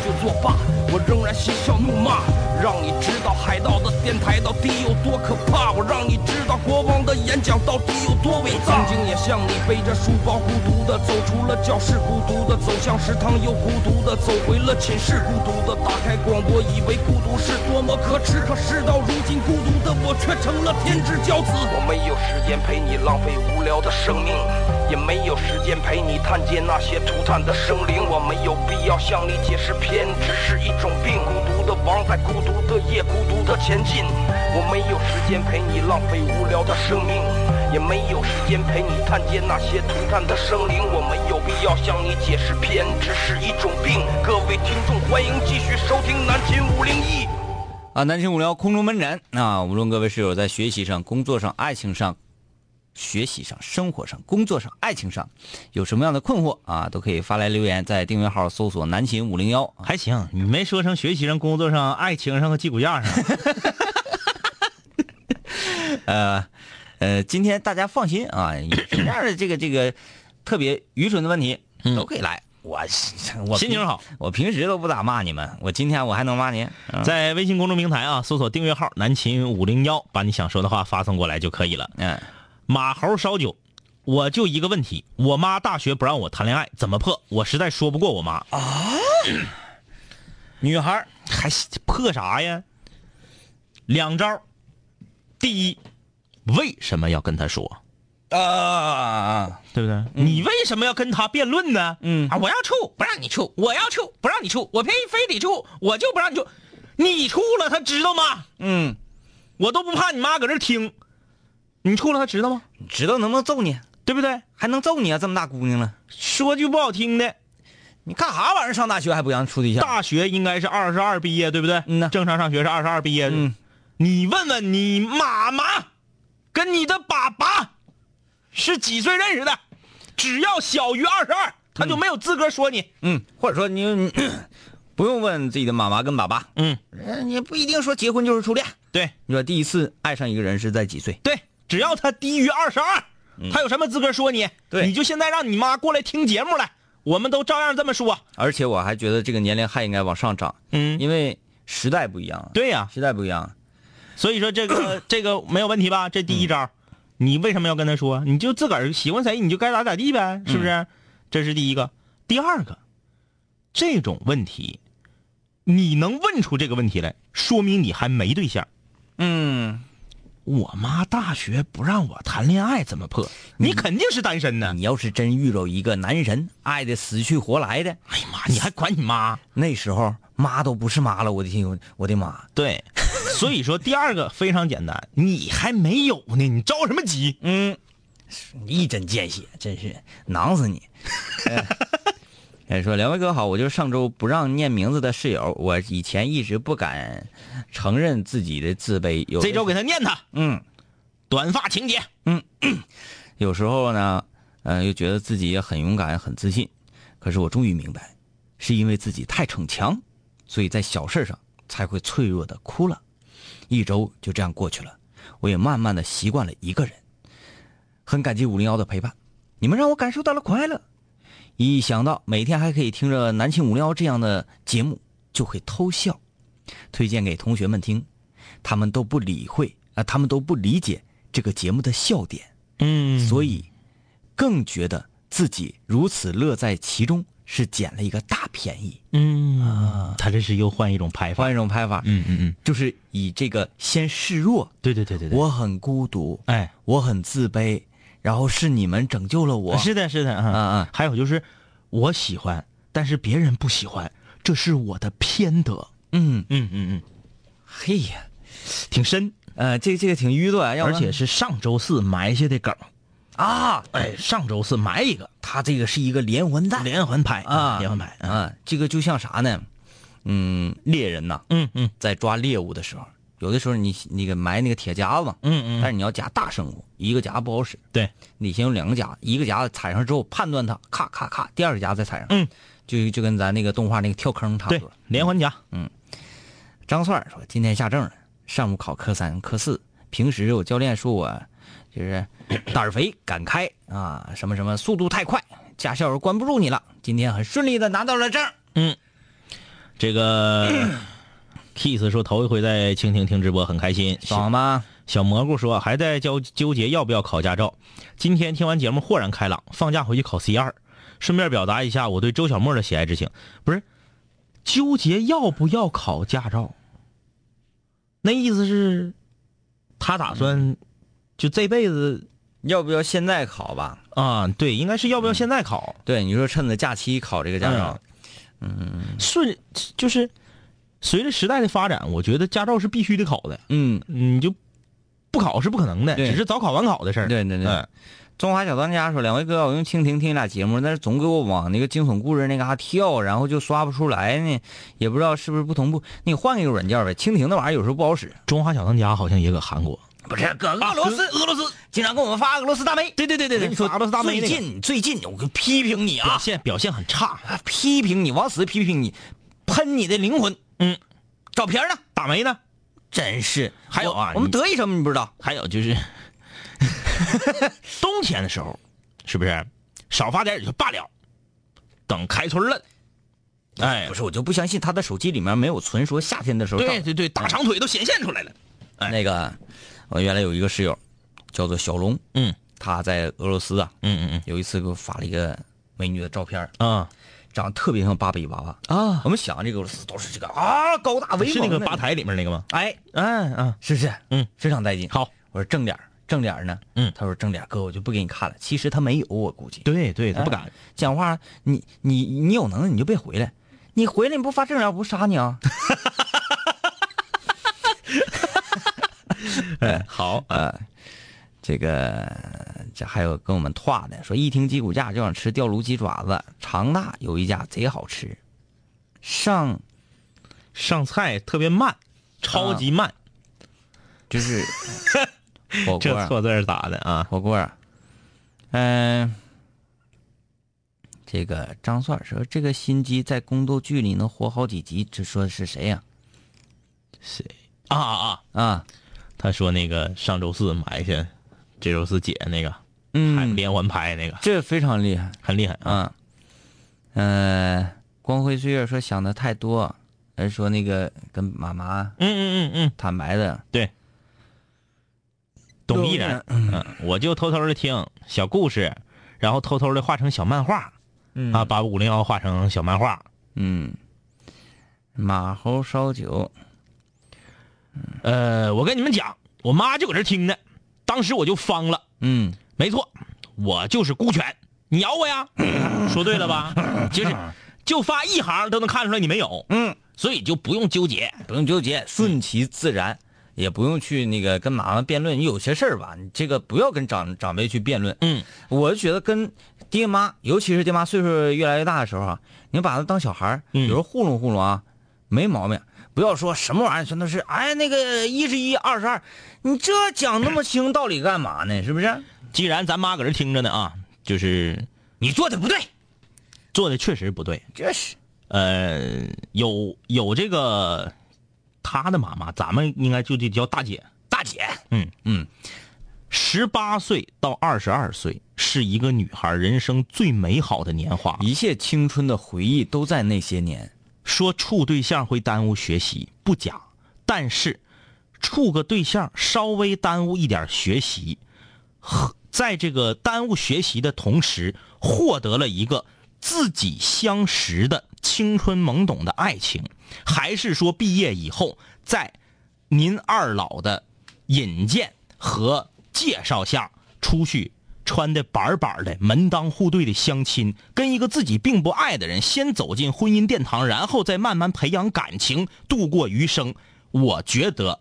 就作罢，我仍然嬉笑怒骂，让你知道海盗的电台到底有多可怕，我让你知道国王的演讲到底有多伟大。曾经也像你背着书包孤独的走出了教室，孤独的走向食堂，又孤独的走回了寝室，孤独的打开广播，以为孤独是多么可耻，可事到如今，孤独的我却成了天之骄子。我没有时间陪你浪费无聊的生命。也没有时间陪你探监那些涂炭的生灵，我没有必要向你解释偏执是一种病。孤独的王在孤独的夜，孤独的前进。我没有时间陪你浪费无聊的生命，也没有时间陪你探监那些涂炭的生灵。我没有必要向你解释偏执是一种病。各位听众，欢迎继续收听南秦五零一。啊，南秦五聊空中门诊啊，无论各位室友在学习上、工作上、爱情上、学习上、生活上、工作上、爱情上有什么样的困惑啊，都可以发来留言，在订阅号搜索“南秦五零幺”啊。还行，你没说成学习上、工作上、爱情上和鸡骨 架上。呃，呃，今天大家放心啊，有什么样的这个这个特别愚蠢的问题都可以来。嗯 我是我心平情好，我平时都不咋骂你们，我今天我还能骂你？嗯在微信公众平台啊，搜索订阅号“南秦五零幺”，把你想说的话发送过来就可以了。嗯，马猴烧酒，我就一个问题：我妈大学不让我谈恋爱，怎么破？我实在说不过我妈啊。女孩儿还破啥呀？两招儿。第一，为什么要跟她说？啊，对不对？你为什么要跟他辩论呢？嗯啊，我要处不让你处，我要处不让你处，我偏非得处，我就不让你处。你处了，他知道吗？嗯，我都不怕你妈搁这儿听。你处了，他知道吗？你知道能不能揍你？对不对？还能揍你啊？这么大姑娘了，说句不好听的，你干啥玩意儿？上大学还不让处对象？大学应该是二十二毕业，对不对？嗯呐正常上学是二十二毕业。嗯，你问问你妈妈，跟你的爸爸是几岁认识的？嗯只要小于二十二，他就没有资格说你。嗯，或者说你你不不用问自己的妈妈跟爸爸，嗯，人也不一定说结婚就是初恋。对你说第一次爱上一个人是在几岁？对，只要他低于二十二，他有什么资格说你？对你就现在让你妈过来听节目来，我们都照样这么说。而且我还觉得这个年龄还应该往上涨，嗯因为时代不一样，，对呀、时代不一样。所以说这个这个没有问题吧？这第一招，你为什么要跟他说？你就自个儿喜欢谁，你就该咋咋地呗，是不是？这是第一个。第二个，这种问题，你能问出这个问题来，说明你还没对象。嗯，我妈大学不让我谈恋爱，怎么破？你肯定是单身呢。你要是真遇着一个男神，爱的死去活来的，哎呀妈，你还管你妈？那时候妈都不是妈了，我的天，我的妈！对，所以说第二个非常简单，你还没有呢，你着什么急？嗯，一针见血，真是囊死 你！哎，说两位哥好，我就是上周不让念名字的室友，我以前一直不敢承认自己的自卑，有的这周给他念他，嗯，短发情节。有时候呢，呃，又觉得自己也很勇敢、很自信，可是我终于明白，是因为自己太逞强，所以在小事上才会脆弱的哭了。一周就这样过去了，我也慢慢的习惯了一个人。很感激五零幺的陪伴，你们让我感受到了快乐。一想到每天还可以听着南庆五零幺这样的节目，就会偷笑。推荐给同学们听，他们都不理会啊、他们都不理解这个节目的笑点。嗯所以更觉得自己如此乐在其中是捡了一个大便宜。嗯，他这是又换一种排法。换一种拍法，嗯嗯嗯，就是以这个先示弱，对对对对对，我很孤独，哎，我很自卑，然后是你们拯救了我。是的，是的，嗯嗯还有就是我喜欢，但是别人不喜欢，这是我的偏得。嗯，嗯嗯嗯，嘿呀，挺深，呃，这这个挺迂短，要不而然且是上周四埋下的梗。啊，哎，上周四埋一个他这个是一个连环带连环拍啊，连环拍。嗯啊，这个就像啥呢？嗯，猎人呐，嗯嗯在抓猎物的时候，有的时候你那个埋那个铁夹子嘛，嗯但是你要夹大生物，一个夹不好使，对，你先用两个夹，一个夹踩上之后判断它，咔咔咔，第二个夹再踩上，嗯，就就跟咱那个动画那个跳坑差不对多。，连环夹。张帅说今天下证了，上午考科三、科四，平时我教练说我就是胆儿肥、敢开啊，什么什么速度太快，驾校关不住你了。今天很顺利的拿到了证，这个 Kiss 说头一回在蜻蜓听直播很开心，爽啊吧？小蘑菇说还在纠纠结要不要考驾照，今天听完节目豁然开朗，放假回去考 C 二，顺便表达一下我对周小沫的喜爱之情。不是纠结要不要考驾照，那意思是，他打算就这辈子要不要现在考吧？啊，对，应该是要不要现在考，对，你说趁着假期考这个驾照，顺就是随着时代的发展，我觉得驾照是必须得考的，嗯，你就不考是不可能的，对只是早考晚考的事儿。对对对嗯中华小当家说：“两位哥，我用蜻蜓听你俩节目，但是总给我往那个惊悚故事那嘎、跳，然后就刷不出来呢，也不知道是不是不同步。你换一个软件呗，蜻蜓那玩意儿有时候不好使。中华小当家好像也搁韩国。不是，搁俄罗斯，俄罗斯经常给我们发俄罗斯大妹。对对对对对你说发俄罗斯大妹那个最近最近，我批评你表啊，现表现很差。批评你，往死批评你，喷你的灵魂。嗯，照片呢？打没呢？真是。还有啊我我们得意什么你不知道？还有就是， 冬天的时候，是不是少发点也就罢了，等开春了，哎不，是，我就不相信他的手机里面没有存说夏天的时候照对对对，大长腿都显现出来了。那个，我原来有一个室友，叫做小龙，嗯他在俄罗斯啊，嗯嗯有一次给我发了一个美女的照片，嗯啊长得特别像芭比娃娃。啊，我们想这个俄罗斯都是这个啊，高大威猛是那个吧，台里面那个吗？哎，嗯啊，是不是？嗯，非常带劲。好，我说正点儿正点儿呢，嗯他说正点儿哥，我就不给你看了。其实他没有，我估计对对，他不哎敢。讲话，你你你有能耐你就别回来，你回来你不发正脸我不杀你啊！哎，好，这个这还有跟我们话的说，一听鸡骨架就想吃吊炉鸡爪子，长大有一家贼好吃，上上菜特别慢，超级慢，就是 啊火锅这儿，错字儿咋的啊？火锅儿，嗯、这个张帅说，这个心机在宫斗剧里能火好几集，这说的是谁呀、谁啊啊？啊？他说那个上周四埋下，这周四解那个，还嗯，连环拍那个这非常厉害很厉害啊！啊。嗯、呃，光辉岁月说想的太多，而说那个跟妈妈嗯嗯嗯嗯，坦白的，董一然，嗯，我就偷偷的听小故事，然后偷偷的画成小漫画，嗯啊，把五零幺画成小漫画。嗯，马猴烧酒，呃，我跟你们讲，我妈就搁这听呢，当时我就方了。嗯没错，我就是孤犬，你咬我呀？说对了吧？就是，就发一行都能看出来你没有，嗯，所以就不用纠结。不用纠结，顺其自然，也不用去那个跟妈妈辩论。你有些事儿吧，你这个不要跟长长辈去辩论。嗯，我就觉得跟爹妈，尤其是爹妈岁数越来越大的时候啊，你把他当小孩儿，嗯有时候糊弄糊弄啊，没毛病。不要说什么玩意儿全都是，哎，那个一十一、二十二，你这讲那么清道理干嘛呢？是不是？既然咱妈搁这听着呢啊，就是你做的不对，做的确实不对。这是，呃，有有这个，她的妈妈，咱们应该就得叫大姐。大姐，嗯嗯，十八岁到二十二岁是一个女孩人生最美好的年华。一切青春的回忆都在那些年。说处对象会耽误学习不假，但是处个对象稍微耽误一点学习，呵在这个耽误学习的同时，获得了一个自己相识的青春懵懂的爱情，还是说毕业以后，在您二老的引荐和介绍下出去。穿的板板的、门当户对的相亲，跟一个自己并不爱的人先走进婚姻殿堂，然后再慢慢培养感情，度过余生。我觉得，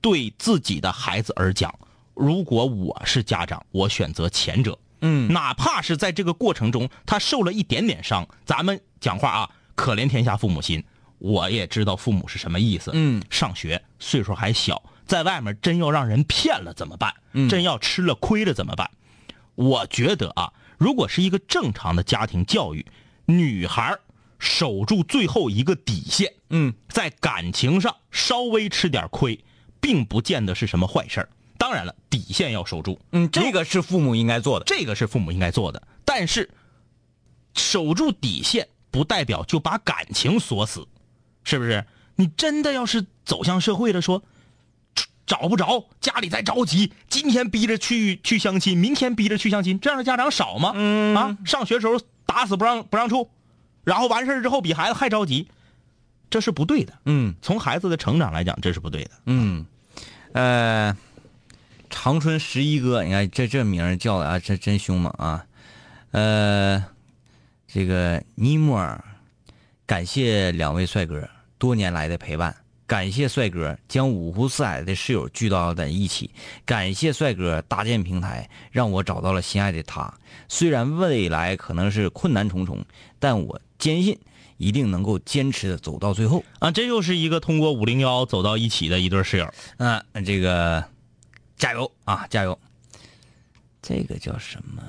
对自己的孩子而讲，如果我是家长，我选择前者。嗯哪怕是在这个过程中他受了一点点伤，咱们讲话啊，可怜天下父母心，我也知道父母是什么意思。嗯，上学岁数还小，在外面真要让人骗了怎么办？嗯真要吃了亏了怎么办？我觉得啊，如果是一个正常的家庭教育，女孩儿守住最后一个底线，嗯，在感情上稍微吃点亏，并不见得是什么坏事儿。当然了，底线要守住。嗯，这个是父母应该做的。这个是父母应该做的。但是，守住底线不代表就把感情锁死，是不是？你真的要是走向社会了，说找不着，家里再着急，今天逼着去去相亲，明天逼着去相亲，这样的家长少吗？嗯啊，上学时候打死不让不让处，然后完事儿之后比孩子还着急，这是不对的。嗯从孩子的成长来讲，这是不对的。嗯，呃，长春十一哥，你看这这名儿叫的啊，这真凶猛啊。呃，这个尼莫尔，感谢两位帅哥多年来的陪伴，感谢帅哥将五湖四海的室友聚到在一起，感谢帅哥搭建平台，让我找到了心爱的他。虽然未来可能是困难重重，但我坚信一定能够坚持的走到最后。啊，这又是一个通过五零幺走到一起的一对室友。嗯，这个加油啊，加油！这个叫什么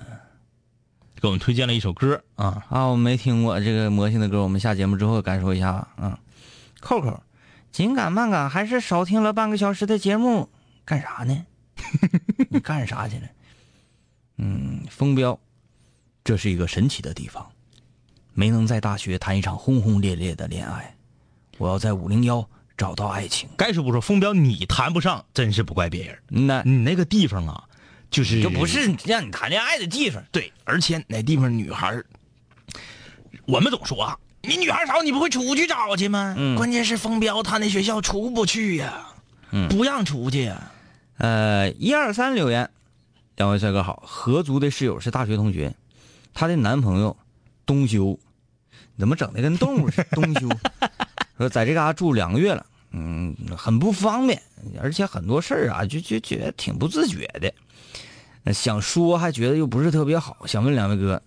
给我们推荐了一首歌啊，啊？我没听过这个魔性的歌，我们下节目之后感受一下吧。嗯，扣扣，紧赶慢赶，还是少听了半个小时的节目，干啥呢？你干啥去了？嗯，风标，这是一个神奇的地方，没能在大学谈一场轰轰烈烈的恋爱，我要在五零幺找到爱情。该说不说，风标你谈不上，真是不怪别人。那你那个地方啊，就是这不是让你谈恋爱的地方。对，而且那地方女孩儿，我们总说啊，你女孩儿少，你不会出去找去吗？嗯关键是风标他那学校出不去呀、嗯不让出去呀、呃，一二三留言，两位帅哥好。合族的室友是大学同学，她的男朋友冬修，你怎么整的跟动物似的？冬修说在这嘎达住两个月了，嗯，很不方便，而且很多事儿啊，就就觉得挺不自觉的，呃想说还觉得又不是特别好，想问两位哥，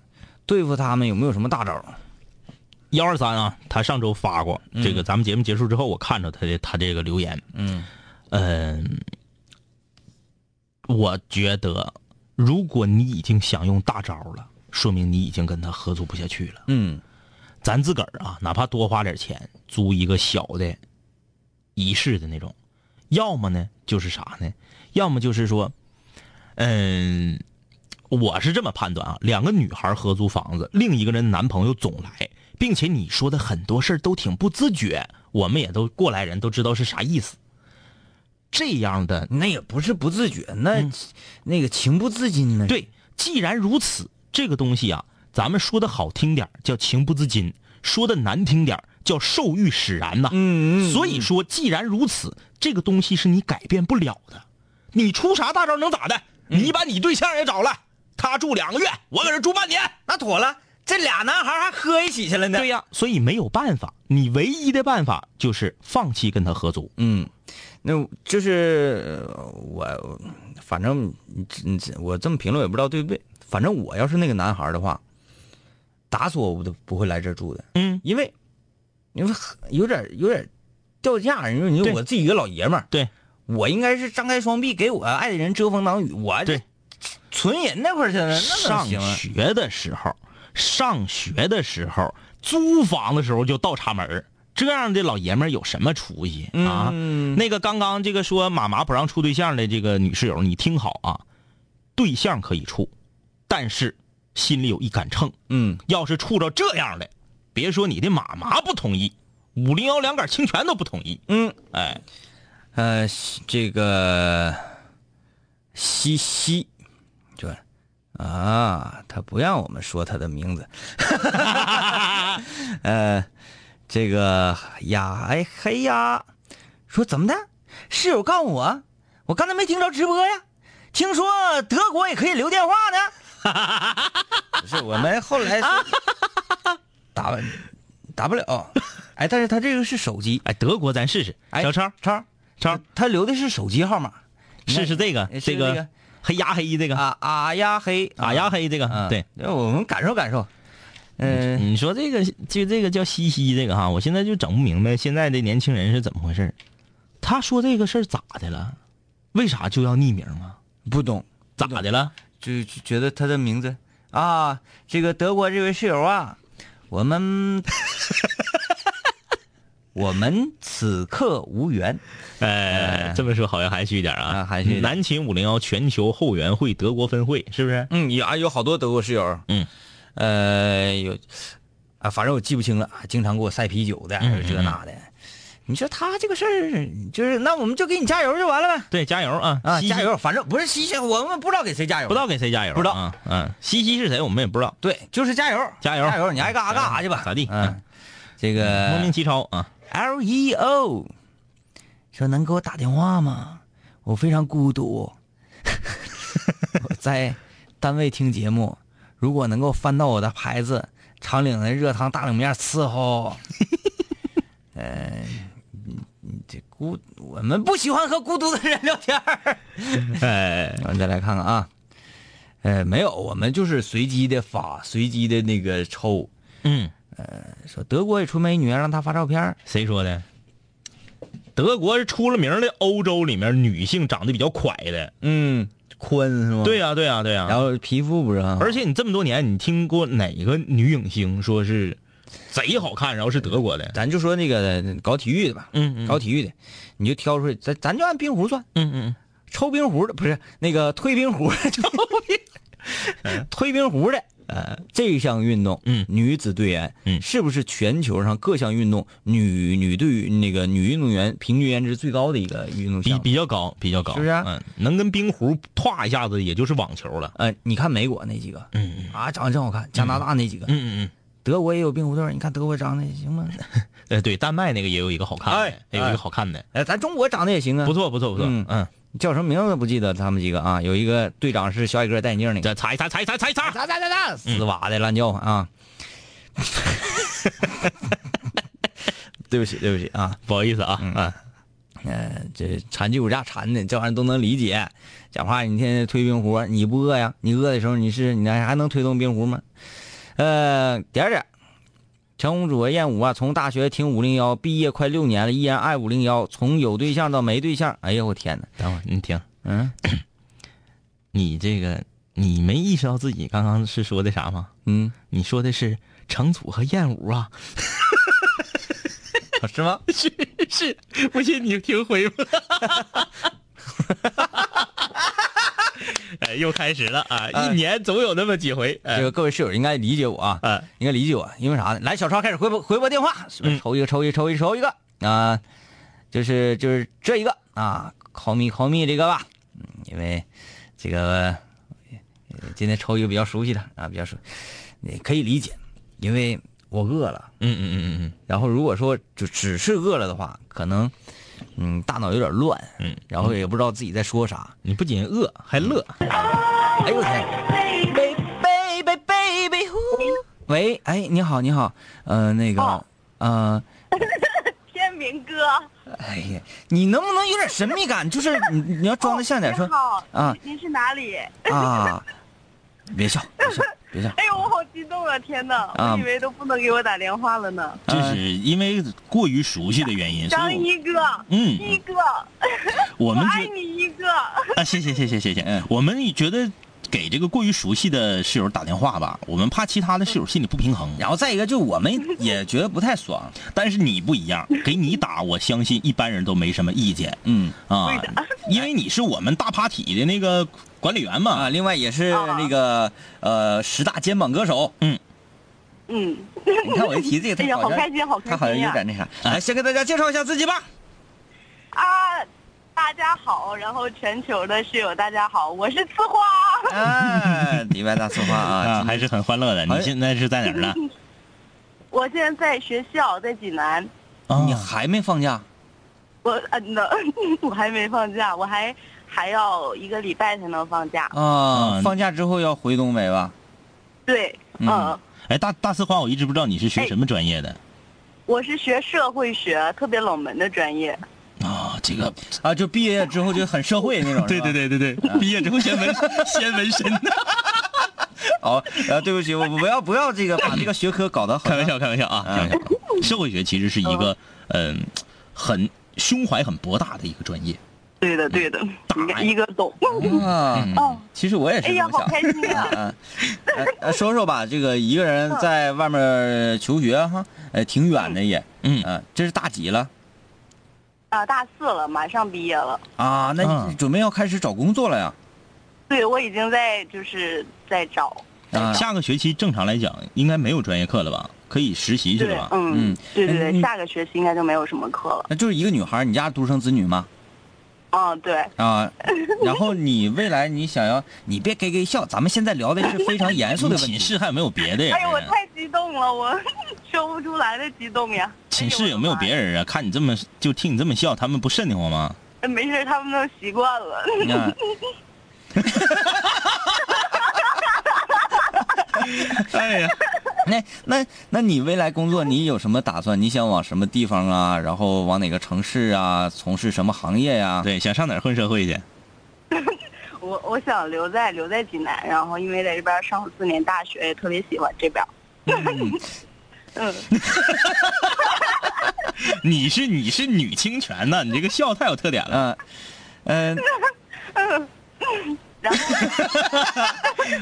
对付他们有没有什么大招？啊幺二三啊，他上周发过、这个，咱们节目结束之后，我看着他的他这个留言，嗯嗯、我觉得如果你已经想用大招了，说明你已经跟他合作不下去了。嗯，咱自个儿啊，哪怕多花点钱租一个小的一室的那种，要么呢就是啥呢？要么就是说，嗯，我是这么判断啊，两个女孩合租房子，另一个人男朋友总来，并且你说的很多事儿都挺不自觉，我们也都过来人都知道是啥意思。这样的那也不是不自觉，那、那个情不自禁呢。，对，既然如此，这个东西啊，咱们说的好听点儿叫情不自禁，说的难听点儿叫受欲使然呐、嗯嗯所以说，既然如此，这个东西是你改变不了的。你出啥大招能咋的？嗯你把你对象也找来，他住两个月，我搁这住半年。那妥了，这俩男孩还喝一起去了呢。对呀、所以没有办法，你唯一的办法就是放弃跟他合租。嗯，那就是呃我，反正你这你这我这么评论也不知道对不对。反正我要是那个男孩的话，打死我都不会来这儿住的。嗯，因为因为有点有点掉价。你说你说对我自己一个老爷们儿，对我应该是张开双臂给我爱的人遮风挡雨。我对，存银那块儿去了，那能上行啊？学的时候，上学的时候，租房的时候就倒插门儿这样的老爷们儿有什么出息啊？嗯那个刚刚这个说妈妈不让处对象的这个女室友，你听好啊，对象可以处，但是心里有一杆秤，嗯，要是处着这样的，别说你的妈妈不同意，五零幺两杆清泉都不同意。嗯，哎，呃，西这个西西，就啊，他不让我们说他的名字。 呃，这个呀，哎嘿呀，说怎么的？室友告诉我，我刚才没听着直播呀，听说德国也可以留电话呢。 不是，我们后来是打不打不了。哎，但是他这个是手机，哎，德国咱试试，哎小超超超，他留的是手机号码，试试这个试试这这个个黑压黑这个啊啊呀嘿啊呀黑这个、啊，对。，我们感受感受，嗯、你说这个就这个叫西西这个哈，我现在就整不明白现在的年轻人是怎么回事儿他说这个事儿咋的了？为啥就要匿名啊？不懂，咋的了？就就觉得他的名字啊，这个德国这位室友啊，我 们我们此刻无缘，哎，这么说好像含蓄一点啊啊含蓄一点南秦五零幺全球后援会德国分会是不是？嗯，有啊有好多德国室友，嗯，呃有啊，反正我记不清了，还经常给我晒啤酒的，这那的。你说他这个事儿，就是那我们就给你加油就完了呗。对，加油啊！啊，西西加！油！反正不是西西，我们不知道给谁加油，不知道给谁加油啊，不知道啊。嗯，西西是谁我们也不知道。对，就是加油，加油加油！你爱干啥干啥去吧，咋地嗯嗯，这莫名个其妙啊！ L E O 说能给我打电话吗？我非常孤独， 我在单位听节目，如果能够翻到我的牌子，长岭的热汤大冷面伺候。 嗯、呃，这孤我们不喜欢和孤独的人聊天儿。哎，咱再来看看啊，呃，没有，我们就是随机的发，随机的那个抽。呃嗯，说德国也出美女，啊让她发照片儿。谁说的？德国是出了名儿的欧洲里面女性长得比较快的。嗯，坤是吗？对。呀、对呀、对呀、然后皮肤不是很好，而且你这么多年，你听过哪个女影星说是贼好看，然后是德国的？咱就说那个搞体育的吧，嗯嗯搞体育的，你就挑出来，咱咱就按冰壶算，嗯嗯，抽冰壶的不是那个推冰壶， 抽冰，推冰壶的。呃，这项运动，嗯女子队员，嗯是不是全球上各项运动女女队那个女运动员平均颜值最高的一个运动项比目？比较高，比较高，是不是啊嗯，能跟冰壶歘一下子，也就是网球了。呃，你看美国那几个，嗯嗯啊，长得真好看，加拿大那几个，嗯嗯德国也有冰壶队儿，你看德国长得也行吗？嗯，呃，对，丹麦那个也有一个好看的，哎也有一哎个好看的，哎，咱中国长得也行啊，不错不错不错，嗯嗯，叫什么名字不记得，他们几个啊，有一个队长是小矮个戴眼镜那个，啊再擦一擦擦一擦擦一擦，咋咋咋嗯咋，丝袜的乱叫唤 啊！对不起，对不起啊，不好意思啊，啊，呃，这馋鸡骨架馋的，这玩意儿都能理解。讲话你天天推冰壶，你不饿呀？你饿的时候你是你还还能推动冰壶吗？呃，点儿点儿，陈红主播燕舞啊，从大学听五零幺，毕业快六年了，依然爱五零幺，从有对象到没对象，哎呀，我天哪， 等会儿你停，嗯，你这个你没意识到自己刚刚是说的啥吗？嗯，你说的是程祖和燕舞啊？ 是吗？是 是，不信你听回吧。 哎，又开始了啊！哎一年总有那么几回。这个各位室友应该理解我啊，哎应该理解我，因为啥呢？来，小超开始回拨回拨电话，抽一个，抽一个，抽一个，抽一个啊，就是就是这一个啊，call me call me 这个吧，嗯，因为这个呃今天抽一个比较熟悉的啊，比较熟，你可以理解，因为我饿了，嗯嗯嗯嗯然后如果说就只是饿了的话，可能嗯大脑有点乱，嗯，然后也不知道自己在说啥，你不仅饿还乐，哎呦我天！baby baby baby，喂，哎，你好，你好，呃，那个，哦呃，天明哥，哎呀，你能不能有点神秘感？就是你你要装的像点您说好啊您是哪里？啊，别笑，别 笑，别笑，哎呦，我好激动啊！天哪，啊我以为都不能给我打电话了呢。嗯这是因为过于熟悉的原因，所张以一哥，嗯一哥，我我们爱觉你一哥。啊，谢谢谢谢谢谢嗯，我们觉得给这个过于熟悉的室友打电话吧，我们怕其他的室友心里不平嗯衡。然后再一个，就我们也觉得不太爽。但是你不一样，给你打，我相信一般人都没什么意见嗯啊对的，因为你是我们大 party 的那个管理员嘛啊，。另外也是哦那个呃十大肩膀歌手。嗯，你看我一提这个，哎呀啊他好好像开心好开心他好像有点那啥。来，先给大家介绍一下自己 吧。啊，大家好，然后全球的室友大家好，我是呲花。啊，迪拜大策划啊，啊，还是很欢乐的。哎你现在是在哪儿 呢？ 我现在在学校，在济南。啊哦你还没放假？我嗯呢， 我还没放假，我还还要一个礼拜才能放假。啊嗯，放假之后要回东北吧？对，嗯嗯哎，大大四花，我一直不知道你是学什么专业的我是学社会学，特别冷门的专业。啊？这个，啊，就毕业之后就很社会那种。 对对对。对对对，毕业之后先 纹先纹身的。哦，呃，对不起，我不要不要这个把这个学科搞得好开像。玩笑，开玩笑啊！开玩笑。 社会学其实是一个嗯、很胸怀很博大的一个专业。对的，对的，一个一个懂。啊，哦，其实我也是 哎这呀，么好想。开心啊！啊，呃呃，说说吧，这个一个人在外面求学哈，呃，挺远的也，嗯啊，这是大几了啊，大四了，马上毕业了。啊？那啊你准备要开始找工作了呀？对，我已经在就是在找。啊，下个学期正常来讲应该没有专业课了吧？可以实习去对了吧，？嗯嗯，对对哎对，你下个学期应该就没有什么课了。那就是一个女孩，你家独生子女吗？嗯，对，啊，然后你未来你想要，你别给给笑，咱们现在聊的是非常严肃 你的问寝题。室还有没有别的呀哎？呦，我太激动了，我 说不出来的激动呀。哎寝室有没有别人啊？看你这么就听你这么笑，他们不瘆得慌吗？哎？没事，他们都习惯了。啊， 哎呀，那那那你未来工作你有什么打算？你想往什么地方啊？然后往哪个城市啊？从事什么行业呀、对，想上哪儿混社会去？我我想留在留在济南，然后因为在这边上了四年大学，也特别喜欢这边。嗯，你是你是女清泉呐、你这个笑太有特点了。嗯嗯、 然后。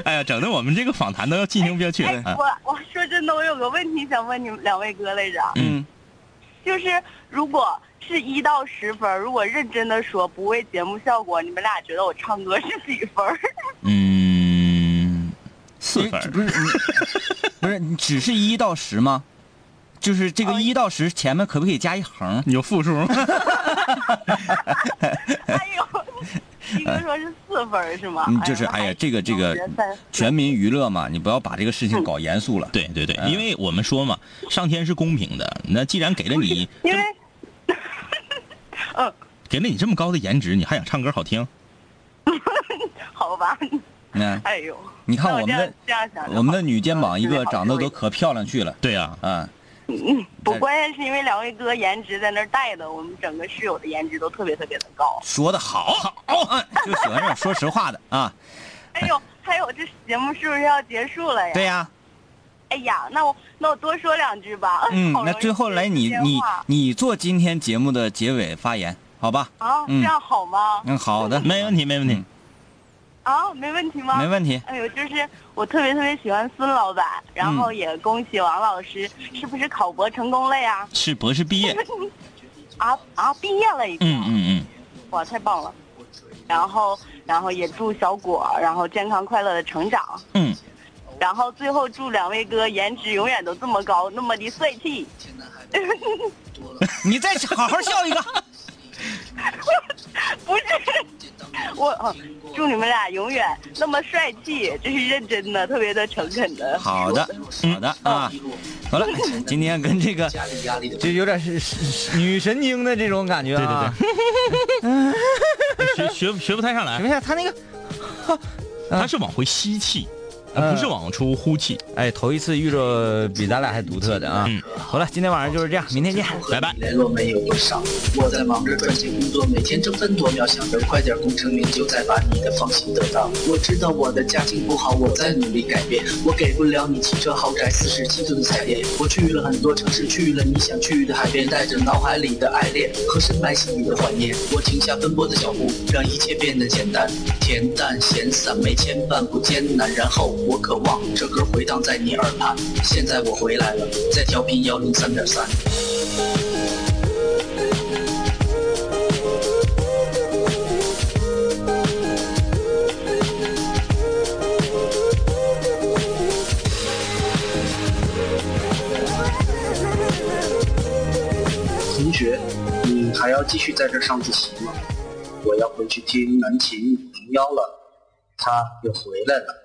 哎呀，整的我们这个访谈都要进行不下去了。啊哎，我我说真的，我有个问题想问你们两位哥来着，嗯，就是如果是一到十分儿，如果认真的说不为节目效果，你们俩觉得我唱歌是几分儿？ 嗯，四分这儿不是 你不是你只是一到十吗？就是这啊个一到十前面可不可以加一横？有负数吗？哎呦，一个说是四分儿是吗？嗯，就是那还哎呀，这个这个我觉得三全民娱乐嘛，你不要把这个事嗯情搞严肃了。对对对，嗯因为我们说嘛，上天是公平的，那既然给了你因为给了你这么高的颜值，你还想唱歌好听？好吧， 嗯，哎呦，你看那我们的这样这样想就好我们的女肩膀一个嗯长得都对可漂亮去了对 呀、啊。嗯不，关键是因为两位哥颜值在那儿带的，我们整个室友的颜值都特别特别的高。说的好，嗯，就喜欢这种说实话的啊。哎呦，还有这节目是不是要结束了呀？对呀，哎呀，那我那我多说两句吧。嗯，好容那易最后来你接你话你做今天节目的结尾发言，好吧？啊，嗯这样好吗？ 嗯，好的，没问题，没问题。嗯啊，没问题吗？没问题。哎呦，就是我特别特别喜欢孙老板，然后嗯也恭喜王老师，是不是考博成功了呀？是博士毕业， 啊啊，毕业了已经。嗯嗯哇，太棒了！然后，然后也祝小果，然后健康快乐的成长。嗯然后最后祝两位哥颜值永远都这么高，那么的帅气。嗯 你再好好笑一个。不是，我、哦祝你们俩永远那么帅气，这是认真的，特别的诚恳的。好的，好的啊，好 了，今天跟这个就有点是是是女神经的这种感觉啊。对对学学学不太上什来，么呀？他那个， 他是往回吸气，呃不是往出呼气。哎，头一次遇着比咱俩还独特的啊。嗯好了，今天晚上就是这样，明天见。拜拜。联络没有忧伤，我在忙着赚钱工作，每天争分夺秒，想着快点功成名就，再把你的芳心得到。我知道我的家境不好，我在努力改变。我给不了你汽车豪宅、四十七寸彩电，我去了很多城市，去了你想去的海边，带着脑海里的爱恋和深埋心里的怀念。我停下奔波的脚步，让一切变得简单，恬淡闲散，没牵绊，不艰难。然后我渴望这歌回荡在你耳畔。现在我回来了，在调频幺零三点三。同学，你还要继续在这上自习吗？我要回去听南琴零幺了，他又回来了。